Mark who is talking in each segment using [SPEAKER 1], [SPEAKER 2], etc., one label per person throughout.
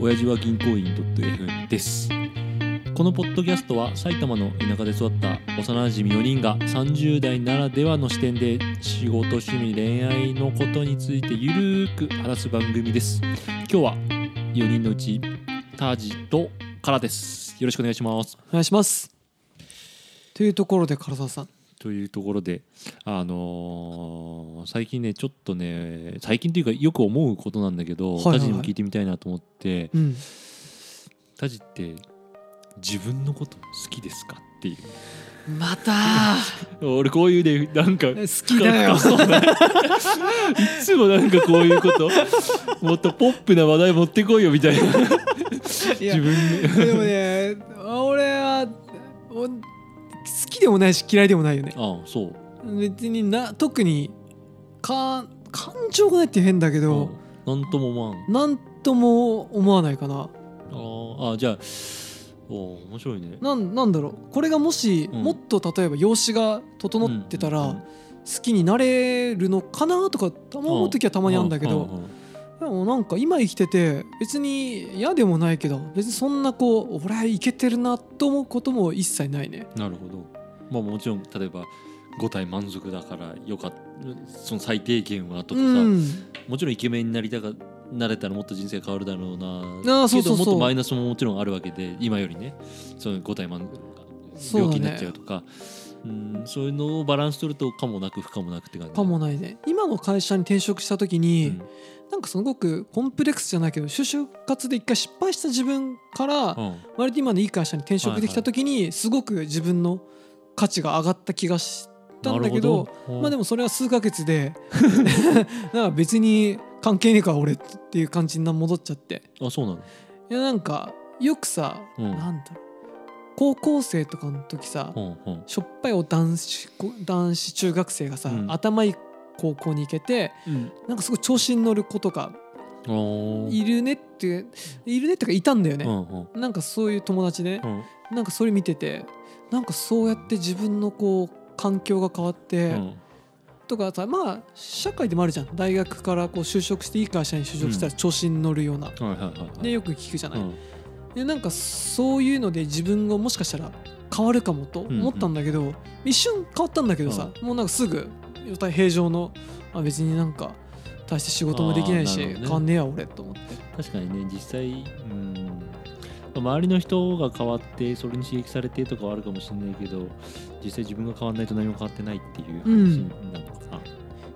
[SPEAKER 1] 親父は銀行員 .fm ですこのポッドキャストは埼玉の田舎で育った幼馴染4人が30代ならではの視点で仕事趣味恋愛のことについてゆるーく話す番組です今日は4人のうちタジとカラですよろしくお願いします
[SPEAKER 2] お願いしますというところで唐沢さん
[SPEAKER 1] というところであのー最近ねちょっとね最近というかよく思うことなんだけど、
[SPEAKER 2] はいはいはい
[SPEAKER 1] タジにも聞いてみたいなと思って
[SPEAKER 2] うん
[SPEAKER 1] タジって自分のこと好きですかっていう
[SPEAKER 2] また
[SPEAKER 1] 俺こういうねなんか
[SPEAKER 2] 好 きだよ
[SPEAKER 1] 深そうないつもなんかこういう こともっとポップな話題持ってこいよみたいな
[SPEAKER 2] いや
[SPEAKER 1] 自分で
[SPEAKER 2] でもね俺はお好きでもないし嫌いでもないよね
[SPEAKER 1] ああそう
[SPEAKER 2] 別にな特にか感情がないって変だけど、
[SPEAKER 1] うんなんとも思わん
[SPEAKER 2] なんとも思わないかな
[SPEAKER 1] あーあじゃあおー面白いね
[SPEAKER 2] なんなんだろうこれがもし、
[SPEAKER 1] うん
[SPEAKER 2] もっと例えば容姿が整ってたら、
[SPEAKER 1] うんうんうん
[SPEAKER 2] 好きになれるのかなとかたま思う時はたまにあるんだけど、
[SPEAKER 1] ううん
[SPEAKER 2] でもなんか今生きてて別に嫌でもないけど別にそんなこう俺はいけてるなと思うことも一切ないね
[SPEAKER 1] なるほどまあもちろん例えば5体満足だからよかったその最低限はとかさ、
[SPEAKER 2] うん
[SPEAKER 1] もちろんイケメンになりたがなれたらもっと人生変わるだろうな
[SPEAKER 2] あーそうそうそう
[SPEAKER 1] けどもっとマイナスももちろんあるわけで今よりねその5体満
[SPEAKER 2] そうだ
[SPEAKER 1] 病気
[SPEAKER 2] ね
[SPEAKER 1] になっちゃうとかそう,、ん、そういうのをバランス取るとかもなく不可もなくって感じ
[SPEAKER 2] かもないね今の会社に転職した時
[SPEAKER 1] う
[SPEAKER 2] に、
[SPEAKER 1] ん
[SPEAKER 2] なんかすごくコンプレックスじゃないけど就活で一回失敗した自分から
[SPEAKER 1] うん
[SPEAKER 2] 割と今のいい会社に転職できた時にすごく自分の価値が上がった気がしたんだけど
[SPEAKER 1] なるほど
[SPEAKER 2] まあでもそれは数ヶ月で なんか別に関係ねえか俺っていう感じに戻っちゃって。
[SPEAKER 1] あそうなの
[SPEAKER 2] いやなんかよくさ、
[SPEAKER 1] うん
[SPEAKER 2] なんだろう高校生とかの時さ、
[SPEAKER 1] うんうん
[SPEAKER 2] しょっぱいお男子こ男子中学生がさ、
[SPEAKER 1] うん
[SPEAKER 2] 頭いい高校に行けてなんかすごい調子に乗る子とか
[SPEAKER 1] あー
[SPEAKER 2] いるねっているねってかいたんだよ
[SPEAKER 1] う
[SPEAKER 2] ね、
[SPEAKER 1] んうん
[SPEAKER 2] なんかそういう友達で、
[SPEAKER 1] うん
[SPEAKER 2] なんかそれ見ててなんかそうやって自分のこう環境が変わって、
[SPEAKER 1] うん
[SPEAKER 2] とかさまあ社会でもあるじゃん大学からこう就職していい会社に就職したら調子に乗るような、
[SPEAKER 1] はいはいはいはい
[SPEAKER 2] でよく聞くじゃない、
[SPEAKER 1] うん
[SPEAKER 2] でなんかそういうので自分がもしかしたら変わるかもと思ったんだけど、一瞬変わったんだけどさ、もうなんかすぐ平常のあ別になんか大して仕事もできないし
[SPEAKER 1] あーなるほどね
[SPEAKER 2] 変わんねえや俺と思って
[SPEAKER 1] 確かにね実際うん周りの人が変わってそれに刺激されてとかはあるかもしれないけど実際自分が変わんないと何も変わってないっていう話なのかな、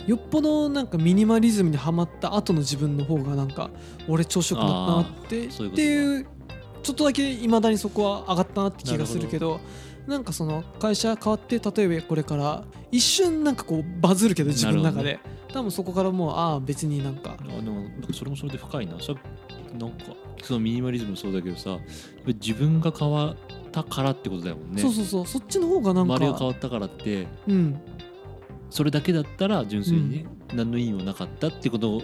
[SPEAKER 2] よっぽどなんかミニマリズムにはまった後の自分の方がなんか俺調子よくなったなって
[SPEAKER 1] ーそういうことね
[SPEAKER 2] っていうちょっとだけいまだにそこは上がったなって気がするけどなんかその会社変わって例えばこれから一瞬なんかこうバズるけど自分の中で、多分そこからもうああ別になんか
[SPEAKER 1] あでもなんかそれもそれで深いなさなんかそのミニマリズムもそうだけどさやっぱり自分が変わったからってことだもんね
[SPEAKER 2] そうそうそうそっちの方がなんか
[SPEAKER 1] 周りが変わったからって
[SPEAKER 2] うん
[SPEAKER 1] それだけだったら純粋にね、何の意味もなかったってこと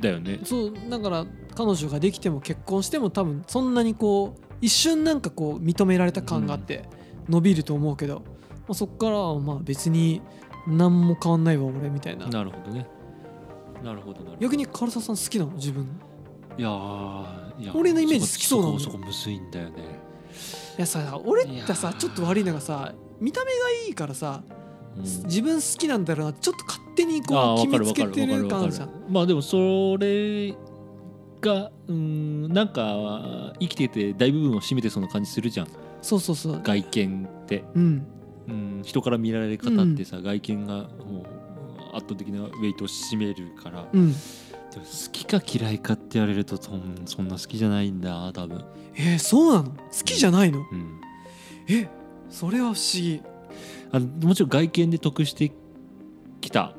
[SPEAKER 1] だよね
[SPEAKER 2] そうだから彼女ができても結婚しても多分そんなにこう一瞬なんかこう認められた感があって伸びると思うけど、まあ、そっからはまあ別に何も変わんないわ俺みたいな
[SPEAKER 1] なるほどねなるほどなるほど
[SPEAKER 2] 逆に唐沢さん好きなの自分
[SPEAKER 1] いやーいや
[SPEAKER 2] 俺のイメージ好きそうなの
[SPEAKER 1] そこそこそこむずいんだよね
[SPEAKER 2] いやさ俺って
[SPEAKER 1] い
[SPEAKER 2] さ
[SPEAKER 1] やー
[SPEAKER 2] ちょっと悪いのがさ見た目がいいからさ、自分好きなんだろうなちょっと勝手にこ
[SPEAKER 1] あ
[SPEAKER 2] う
[SPEAKER 1] ーわか
[SPEAKER 2] 決め
[SPEAKER 1] る
[SPEAKER 2] つ
[SPEAKER 1] わか
[SPEAKER 2] け
[SPEAKER 1] る
[SPEAKER 2] てる
[SPEAKER 1] わか
[SPEAKER 2] 感
[SPEAKER 1] る
[SPEAKER 2] じゃ
[SPEAKER 1] わか
[SPEAKER 2] ん
[SPEAKER 1] るまあでもそれがうんなんか生きてて大部分を占めてそうな感じするじゃん
[SPEAKER 2] そうそうそう
[SPEAKER 1] 外見って、
[SPEAKER 2] うん
[SPEAKER 1] うん、人から見られる方ってさ、外見がもう圧倒的なウェイトを占めるから、でも
[SPEAKER 2] うん
[SPEAKER 1] 好きか嫌いかって言われるとそんそんな好きじゃないんだ多分、
[SPEAKER 2] えー、そうなの好きじゃないの
[SPEAKER 1] うん、
[SPEAKER 2] えそれは不思議
[SPEAKER 1] あのもちろん外見で得してきた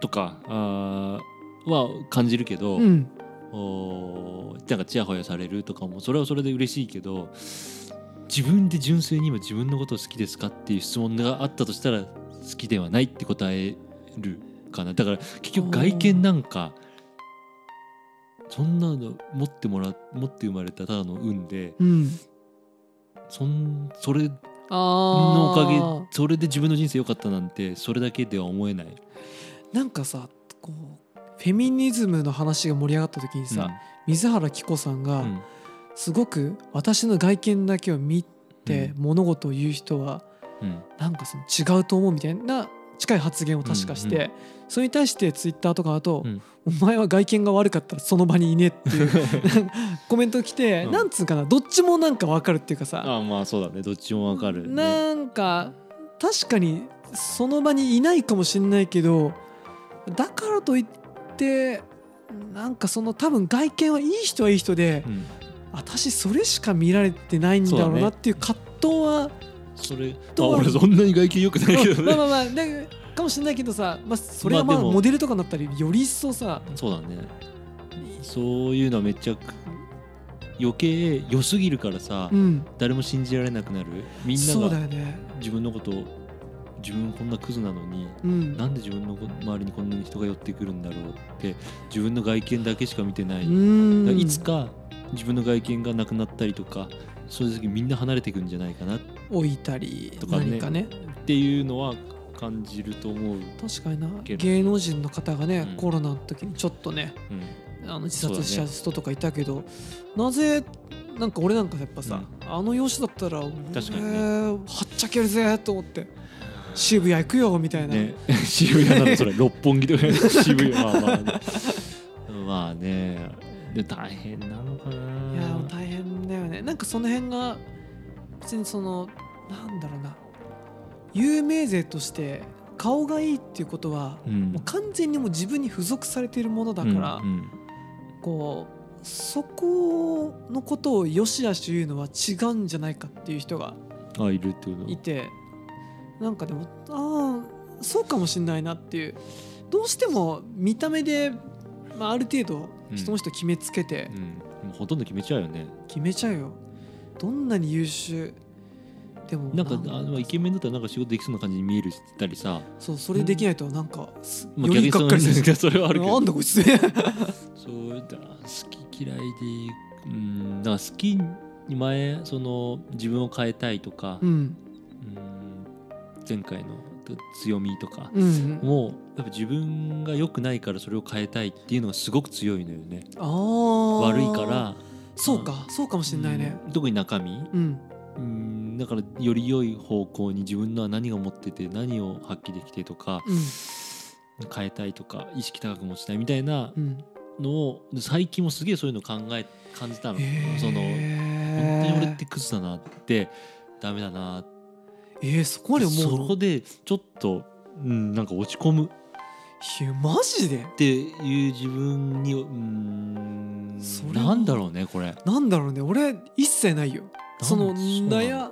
[SPEAKER 1] とかあーは感じるけど、
[SPEAKER 2] うん
[SPEAKER 1] おーなんかちやほやされるとかもそれはそれで嬉しいけど自分で純粋に今自分のことを好きですかっていう質問があったとしたら好きではないって答えるかなだから結局外見なんかそんなの持ってもら持って生まれたただの運で
[SPEAKER 2] うん
[SPEAKER 1] そんそれ
[SPEAKER 2] あ
[SPEAKER 1] のお
[SPEAKER 2] ー
[SPEAKER 1] かげそれで自分の人生良かったなんてそれだけでは思えない
[SPEAKER 2] なんかさこうフェミニズムの話が盛り上がった時にさ、水原希子さん
[SPEAKER 1] う
[SPEAKER 2] が
[SPEAKER 1] ん
[SPEAKER 2] すごく私の外見だけを見て物事を言う人は
[SPEAKER 1] うん
[SPEAKER 2] なんかその違うと思うみたいな近い発言を確かして、
[SPEAKER 1] うんう
[SPEAKER 2] それに対してツイッターとかだと、
[SPEAKER 1] うん
[SPEAKER 2] お前は外見が悪かったらその場にいね」っ ていうなんかコメント来て、
[SPEAKER 1] うん
[SPEAKER 2] なんつうかなどっちもなんかわかるっていうかさ
[SPEAKER 1] ああまあそうだねどっちもわかる、ね、
[SPEAKER 2] なんか確かにその場にいないかもしれないけどだからといってなんかその多分外見はいい人はいい人で、
[SPEAKER 1] うん
[SPEAKER 2] 私それしか見られてないんだろう
[SPEAKER 1] そうだ
[SPEAKER 2] な
[SPEAKER 1] ね
[SPEAKER 2] っていう葛藤 は
[SPEAKER 1] それあ
[SPEAKER 2] とは
[SPEAKER 1] 俺そんなに外見良くない けど
[SPEAKER 2] ま
[SPEAKER 1] ね
[SPEAKER 2] あまあまあだかもしれないけどさ、まあ、それは
[SPEAKER 1] ま
[SPEAKER 2] まあ
[SPEAKER 1] あでも
[SPEAKER 2] モデルとかになったらより一層さ
[SPEAKER 1] そうだねそういうのはめっちゃ余計良すぎるからさ、
[SPEAKER 2] うん
[SPEAKER 1] 誰も信じられなくなるみんな
[SPEAKER 2] そうだ
[SPEAKER 1] が
[SPEAKER 2] よね
[SPEAKER 1] 自分のことを自分こんなクズなのに
[SPEAKER 2] うん
[SPEAKER 1] なんで自分のこ周りにこんなに人が寄ってくるんだろうって自分の外見だけしか見てない、
[SPEAKER 2] う
[SPEAKER 1] だから
[SPEAKER 2] ん
[SPEAKER 1] いつか自分の外見がなくなったりとかそういう時みんな離れていくんじゃないかなっ
[SPEAKER 2] 置いたり
[SPEAKER 1] とかね
[SPEAKER 2] 何かね
[SPEAKER 1] ていうのは感じると思う、
[SPEAKER 2] 確かにな
[SPEAKER 1] けど
[SPEAKER 2] 芸能人の方がね、
[SPEAKER 1] うん
[SPEAKER 2] コロナの時にちょっとね
[SPEAKER 1] うん
[SPEAKER 2] あの自殺した人とかいたけど、なぜなんか俺なんかやっぱさ、あの容姿だったら
[SPEAKER 1] 確かにね
[SPEAKER 2] えーはっちゃけるぜと思って渋谷行くよみたいな、
[SPEAKER 1] ね、 渋谷なのそれ六本木 とか渋谷まあまあねまあねで大変なのかない
[SPEAKER 2] いやー大変だよねなんかその辺が別にそのなんだろうな有名勢として顔がいいっていうことは、
[SPEAKER 1] うん
[SPEAKER 2] もう完全にもう自分に付属されているものだから、
[SPEAKER 1] うんうん
[SPEAKER 2] こうそこのことをよしあし言うのは違うんじゃないかっていう人が
[SPEAKER 1] あいるってこと
[SPEAKER 2] いてなんかでもああそうかもしんないなっていうどうしても見た目で、まあ、ある程度人の人決めつけて、
[SPEAKER 1] うん、もうほとんど決めちゃうよね
[SPEAKER 2] 決めちゃうよどんなに優秀でも
[SPEAKER 1] なんか
[SPEAKER 2] な
[SPEAKER 1] あのイケメンだったらなんか仕事できそうな感じに見えるしたりさ、
[SPEAKER 2] そうそれできないとなんか、す
[SPEAKER 1] まあ、
[SPEAKER 2] よ
[SPEAKER 1] 逆
[SPEAKER 2] り
[SPEAKER 1] にそ
[SPEAKER 2] がっ
[SPEAKER 1] の
[SPEAKER 2] かりす る
[SPEAKER 1] それはあるけ
[SPEAKER 2] な
[SPEAKER 1] ど
[SPEAKER 2] んだこいつう
[SPEAKER 1] そうだ好き嫌いでうんだから好きに前その自分を変えたいとか、
[SPEAKER 2] ん
[SPEAKER 1] うん前回の強みとか
[SPEAKER 2] うんうん
[SPEAKER 1] もうやっぱ自分が良くないからそれを変えたいっていうのがすごく強いのよね
[SPEAKER 2] ああ
[SPEAKER 1] 悪いから
[SPEAKER 2] そうかそうかもしんないね
[SPEAKER 1] うん特に中身
[SPEAKER 2] うん
[SPEAKER 1] うんだからより良い方向に自分のは何が持ってて何を発揮できてとか
[SPEAKER 2] うん
[SPEAKER 1] 変えたいとか意識高く持ちたいみたいな
[SPEAKER 2] うん
[SPEAKER 1] のを最近もすげえそういうの考え感じたのその本
[SPEAKER 2] 本
[SPEAKER 1] 当に俺ってクズだなってダメだなって
[SPEAKER 2] えー、そこまで思う
[SPEAKER 1] そ
[SPEAKER 2] の
[SPEAKER 1] こでちょっと、うん、なんか落ち込む
[SPEAKER 2] いやマジで
[SPEAKER 1] っていう自分にうん
[SPEAKER 2] それは
[SPEAKER 1] なんだろうねこれ
[SPEAKER 2] なんだろうね俺一切ないよその
[SPEAKER 1] そうなの
[SPEAKER 2] 悩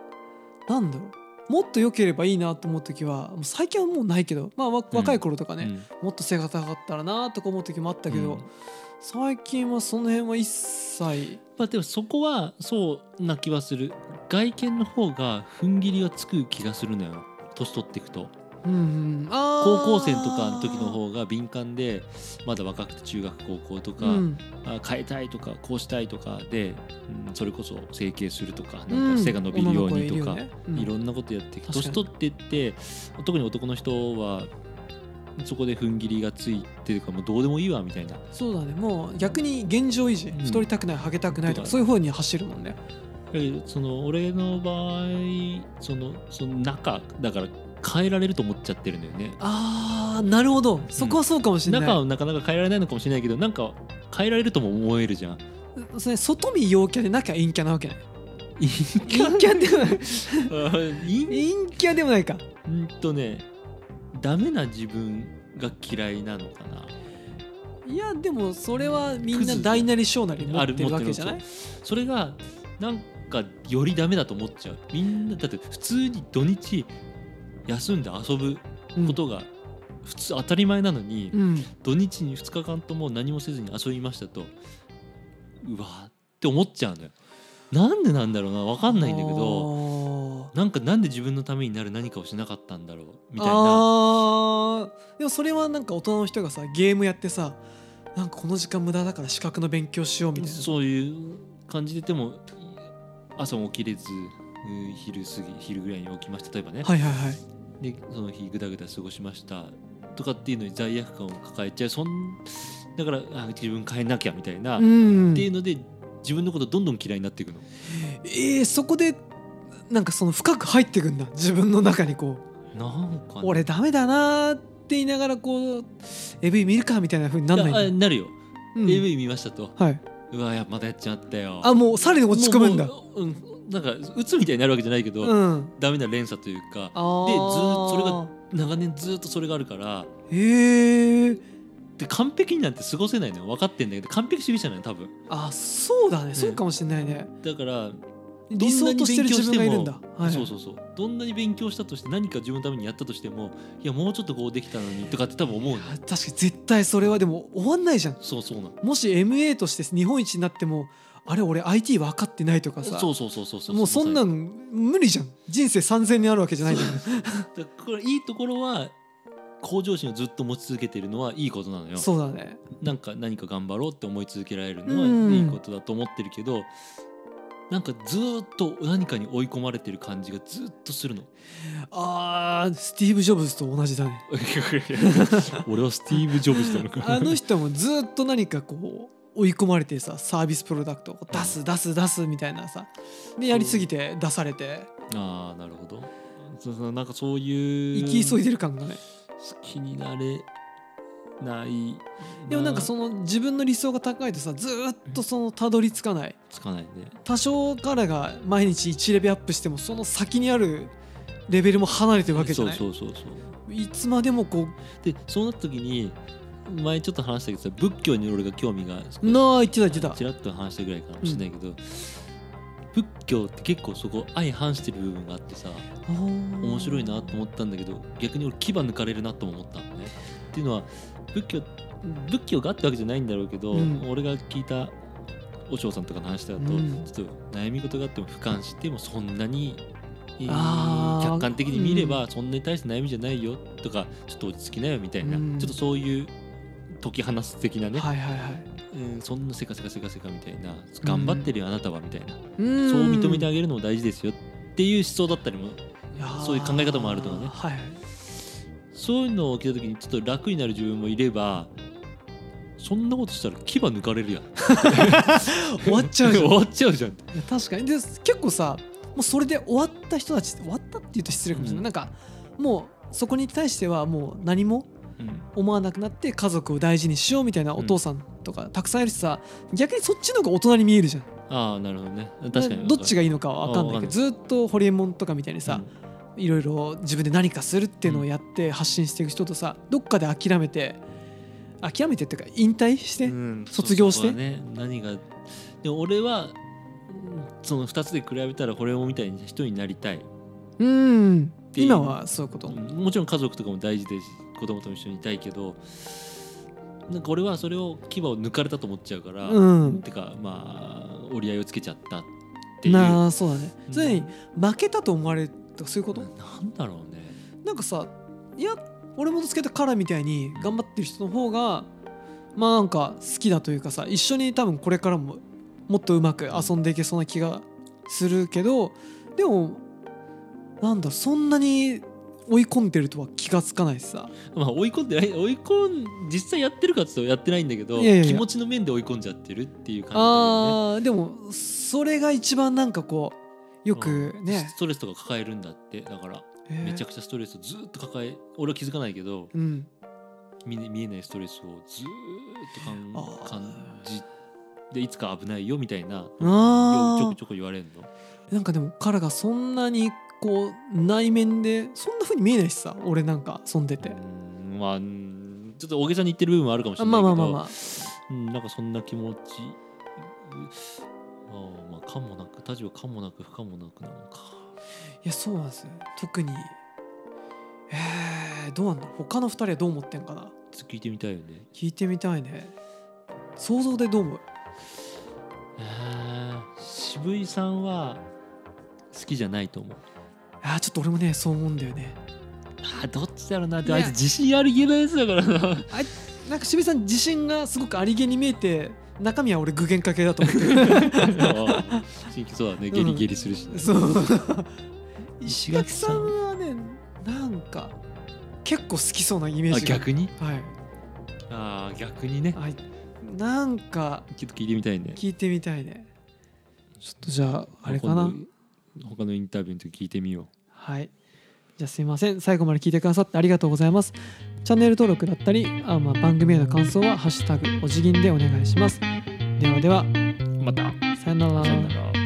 [SPEAKER 2] なんだろうもっと良ければいいなと思う時はもう最近はもうないけど、まあ、わ若い頃とかね、もっと背が高かったらなとか思う時もあったけど、
[SPEAKER 1] うん
[SPEAKER 2] 最近はその辺は一切
[SPEAKER 1] まあでもそこはそうな気はする外見の方が踏ん切りがつく気がするのよ年取っていくと
[SPEAKER 2] うんうんあー
[SPEAKER 1] 高校生とかの時の方が敏感でまだ若くて中学高校とか、
[SPEAKER 2] うん
[SPEAKER 1] あ変えたいとかこうしたいとかで、うん、それこそ整形するとか
[SPEAKER 2] う
[SPEAKER 1] なん
[SPEAKER 2] ん
[SPEAKER 1] か背が伸びるようにと
[SPEAKER 2] 女の
[SPEAKER 1] か、
[SPEAKER 2] 子いるよねうん
[SPEAKER 1] いろんなことやってきて
[SPEAKER 2] 確かに
[SPEAKER 1] 年取ってって特に男の人はそこで踏ん切りがついてるかもうどうでもいいわみたいな
[SPEAKER 2] そうだねもう逆に現状維持、
[SPEAKER 1] ん
[SPEAKER 2] 太りたくないハゲたくない
[SPEAKER 1] と
[SPEAKER 2] とか
[SPEAKER 1] か
[SPEAKER 2] そういう方に走るもんね
[SPEAKER 1] だけどその俺の場合そのその中だから変えられると思っちゃってるんだよね
[SPEAKER 2] あーなるほどそこはそうかもしれない、
[SPEAKER 1] 中はなかなか変えられないのかもしれないけどなんか変えられるとも思えるじゃん
[SPEAKER 2] それ外見陽キャでなきゃ陰キャなわけない
[SPEAKER 1] 陰
[SPEAKER 2] 陰 キャではない
[SPEAKER 1] 陰
[SPEAKER 2] 陰キャでもないか
[SPEAKER 1] うんとねダメな自分が嫌いなのかない
[SPEAKER 2] やでもそれはみんな大なり小なり持ってるわけじゃない
[SPEAKER 1] それがなんかよりダメだと思っちゃうみんなだって普通に土日休んで遊ぶこ
[SPEAKER 2] う
[SPEAKER 1] とが普通当たり前なのに、
[SPEAKER 2] んうん
[SPEAKER 1] 土日に2日間とも何もせずに遊びましたとうわーって思っちゃうのよなんでなんだろうな分かんないんだけど
[SPEAKER 2] ど
[SPEAKER 1] なんかなんで自分のためになる何かをしなかったんだろうみたいな
[SPEAKER 2] あーでもそれはなんか大人の人がさゲームやってさなんかこの時間無駄だから資格の勉強しようみたいな
[SPEAKER 1] そういう感じででも朝も起きれずうん昼過ぎ昼ぐらいに起きました例えばね、
[SPEAKER 2] はいはいはい
[SPEAKER 1] でその日ぐだぐだ過ごしましたとかっていうのに罪悪感を抱えちゃうそんだからあ自分変えなきゃみたいな、
[SPEAKER 2] う
[SPEAKER 1] っ
[SPEAKER 2] ん
[SPEAKER 1] ていうので自分のことどんどん嫌いになっていくの
[SPEAKER 2] えー、そこでなんかその深く入ってくんだ自分の中にこう
[SPEAKER 1] なんかね
[SPEAKER 2] 俺ダメだなーって言いながらこう AV 見るかみたいな風になんない
[SPEAKER 1] いやあ
[SPEAKER 2] んだ、
[SPEAKER 1] なるよ、
[SPEAKER 2] うん
[SPEAKER 1] AV 見ましたと
[SPEAKER 2] はいう
[SPEAKER 1] わいやまたやっちまったよ
[SPEAKER 2] あもうさらに落ち込むんだ
[SPEAKER 1] もうもううん、なんか鬱みたいになるわけじゃないけど、
[SPEAKER 2] うん
[SPEAKER 1] ダメな連鎖というかで
[SPEAKER 2] あ
[SPEAKER 1] ずーそれ
[SPEAKER 2] が
[SPEAKER 1] が長年ずっとそれがあるから
[SPEAKER 2] へえー、
[SPEAKER 1] で完璧になんて過ごせないのよ分かってんだけど完璧主義者なのよ多分
[SPEAKER 2] あそうだね、そうかもしれないね
[SPEAKER 1] だからど
[SPEAKER 2] 理
[SPEAKER 1] んな
[SPEAKER 2] 想
[SPEAKER 1] に
[SPEAKER 2] としてる
[SPEAKER 1] 勉強
[SPEAKER 2] 自
[SPEAKER 1] して
[SPEAKER 2] 分が
[SPEAKER 1] も
[SPEAKER 2] いるんだ、はい、
[SPEAKER 1] そうそうそうどんなに勉強したとして何か自分のためにやったとしてもいやもうちょっとこうできたのにとかって多分思うの
[SPEAKER 2] あ確かに絶対それはでも終わんないじゃん
[SPEAKER 1] そうそうなの
[SPEAKER 2] もし MA として日本一になってもあれ俺 IT 分かってないとかさ
[SPEAKER 1] そうそうそうそうそう
[SPEAKER 2] もうそんな
[SPEAKER 1] の
[SPEAKER 2] ん無理じゃん人生3000年あるわけじゃないじゃん
[SPEAKER 1] これいいところは向上心をずっと持ち続けてるのはいいことなのよ
[SPEAKER 2] そうだね
[SPEAKER 1] なんか何か頑張ろうって思い続けられる
[SPEAKER 2] う
[SPEAKER 1] の
[SPEAKER 2] ん
[SPEAKER 1] はいいことだと思ってるけど、なんかずーっと何かに追い込まれてる感じがずーっとするの
[SPEAKER 2] あースティーブ・ジョブズと同じだね
[SPEAKER 1] 俺はスティーブ・ジョブズなのか
[SPEAKER 2] あの人もずっと何かこう追い込まれてさサービスプロダクトを出す出す出すみたいなさでやりすぎて出されて
[SPEAKER 1] あーなるほどそうそうなんかそういう
[SPEAKER 2] 生き急いでる感がね
[SPEAKER 1] 好きになれない
[SPEAKER 2] でもなんかその自分の理想が高いとさずーっとそのたどり着かない
[SPEAKER 1] つかないね
[SPEAKER 2] 多少彼が毎日1レベルアップしてもその先にあるレベルも離れてるわけじゃない
[SPEAKER 1] そうそうそうそう
[SPEAKER 2] いつまでもこ
[SPEAKER 1] でそうなった時に前ちょっと話したけどさ仏教に俺が興味が
[SPEAKER 2] うなあ言ってた言ってた
[SPEAKER 1] ちらっと話したぐらいかもしれないけど、仏教って結構そこ相反してる部分があってさ面
[SPEAKER 2] 面
[SPEAKER 1] 白いなと思ったんだけど逆に俺牙抜かれるなとも思ったのね。っていうのは仏教仏教があったわけじゃないんだろうけど、
[SPEAKER 2] うん
[SPEAKER 1] 俺が聞いた和尚さんとかの話だと、
[SPEAKER 2] うん
[SPEAKER 1] ちょっと悩み事があっても俯瞰してもそんなに。えー
[SPEAKER 2] あー
[SPEAKER 1] 客観的に見ればそんなに大した悩みじゃないよとかちょっと落ち着きなよみたいな、
[SPEAKER 2] うん
[SPEAKER 1] ちょっとそういう解き放す的なね、
[SPEAKER 2] はいはいはい
[SPEAKER 1] うん、そんなせかせかせかせかみたいな頑張ってるよあなたはみたいな、
[SPEAKER 2] そう
[SPEAKER 1] そう認めてあげるのも大事ですよっていう思想だったりもそういう考え方もあるとかね
[SPEAKER 2] はいはい
[SPEAKER 1] そういうのを聞いた時にちょっと楽になる自分もいればそんなことしたら牙抜かれるやん
[SPEAKER 2] 終わっちゃうじゃ ん
[SPEAKER 1] 終わっちゃうじゃん
[SPEAKER 2] いや確かにで結構さもうそれで終わった人たち終わったって言うと失礼かもしれない、
[SPEAKER 1] うん
[SPEAKER 2] なんかもうそこに対してはもう何も思わなくなって家族を大事にしようみたいなお父さんとかたくさんいるしさ逆にそっちの方が大人に見えるじゃん
[SPEAKER 1] ああなるほどね確かに
[SPEAKER 2] どっち
[SPEAKER 1] が
[SPEAKER 2] がいいのかは分かんないけどずっとホリエモンとかみたいにさ、いろいろ自分で何かするっていうのをやって発信していく人とさどっかで諦めて諦めてっていうか引退して、卒業して
[SPEAKER 1] ね何がでも俺はその2つで比べたらこれもみたいな人になりたい
[SPEAKER 2] うん
[SPEAKER 1] ていう
[SPEAKER 2] 今はそういうこと、
[SPEAKER 1] うんもちろん家族とかも大事ですし子供とも一緒にいたいけどなんか俺はそれを牙を抜かれたと思っちゃうから、
[SPEAKER 2] うん
[SPEAKER 1] てかまあ折り合いをつけちゃったっていう
[SPEAKER 2] なあそうだね
[SPEAKER 1] うん
[SPEAKER 2] 常に負けたと思われるとかそういうこと、
[SPEAKER 1] なんだろうね
[SPEAKER 2] なんかさいや俺もつけたからみたいに頑張ってる人の方がまあなんか好きだというかさ一緒に多分これからももっとうまく遊んでいけそうな気がするけどでもなんだそんなに追い込んでるとは気がつかないしさ
[SPEAKER 1] まあ追い込んでない追い込ん実際やってるかっつうとやってないんだけど
[SPEAKER 2] いやいやいや
[SPEAKER 1] 気持ちの面で追い込んじゃってるっていう感じだよね
[SPEAKER 2] あーでもそれが一番なんかこうよく
[SPEAKER 1] うん
[SPEAKER 2] ね
[SPEAKER 1] ス、トレスとか抱えるんだってだからめちゃ
[SPEAKER 2] く
[SPEAKER 1] く
[SPEAKER 2] ち
[SPEAKER 1] ちゃストレスをずっと抱え俺は気づかないけど
[SPEAKER 2] ゃうん
[SPEAKER 1] 見ね見えないストレスをずーっと
[SPEAKER 2] あ
[SPEAKER 1] 感
[SPEAKER 2] ー
[SPEAKER 1] 感じでいつか危ないよみたいなちょ
[SPEAKER 2] あ
[SPEAKER 1] くちょく言われるの
[SPEAKER 2] ーなんかでも彼がそんなにこう内面でそんな風に見えないしさ俺なんか遊んでて
[SPEAKER 1] う。んまあうんちょっと大げさに言ってる部分はあるかもし
[SPEAKER 2] あ
[SPEAKER 1] れな
[SPEAKER 2] ま
[SPEAKER 1] い
[SPEAKER 2] あ
[SPEAKER 1] けど
[SPEAKER 2] まあまあまあ
[SPEAKER 1] うんなんかそんな気持ちうんまあまあかもなく他事はかもなく不可もなくなのか
[SPEAKER 2] いやそうなんですよ特にえー、どうなんだろう他の2人はどう思ってんかな
[SPEAKER 1] ちょっと聞いてみたいよね
[SPEAKER 2] 聞いてみたいね想像でどう思う
[SPEAKER 1] あー渋井さんは好きじゃないと思う
[SPEAKER 2] あーちょっと俺もねそう思うんだよね
[SPEAKER 1] あーどっちだろうなって
[SPEAKER 2] い
[SPEAKER 1] あ
[SPEAKER 2] や
[SPEAKER 1] いつ自信ありげなやつだ からな
[SPEAKER 2] なんか渋井さん自信がすごくありげに見えて中身は俺具現化系だと思ってる
[SPEAKER 1] 真剣そうだねゲリゲリするし ね、
[SPEAKER 2] そう石
[SPEAKER 1] 石
[SPEAKER 2] 垣
[SPEAKER 1] 垣
[SPEAKER 2] さ
[SPEAKER 1] さ
[SPEAKER 2] ん
[SPEAKER 1] ん
[SPEAKER 2] はねなんか結構好きそうなイメー
[SPEAKER 1] あ
[SPEAKER 2] ジが
[SPEAKER 1] 逆に
[SPEAKER 2] はい
[SPEAKER 1] ああ逆にね
[SPEAKER 2] あなんか
[SPEAKER 1] ちょっと聞いてみたいね
[SPEAKER 2] 聞いてみたいねちょっとじゃああれか
[SPEAKER 1] ま
[SPEAKER 2] な
[SPEAKER 1] 今度他のインタビューの時聞いてみよ
[SPEAKER 2] はいじゃあすいません最後まで聞いてくださってありがとうございますチャンネル登録だったりあ、まあ、番組への感想は「ハッシュタグおじぎん」でお願いしますではでは
[SPEAKER 1] うまた
[SPEAKER 2] さよなら
[SPEAKER 1] さよなら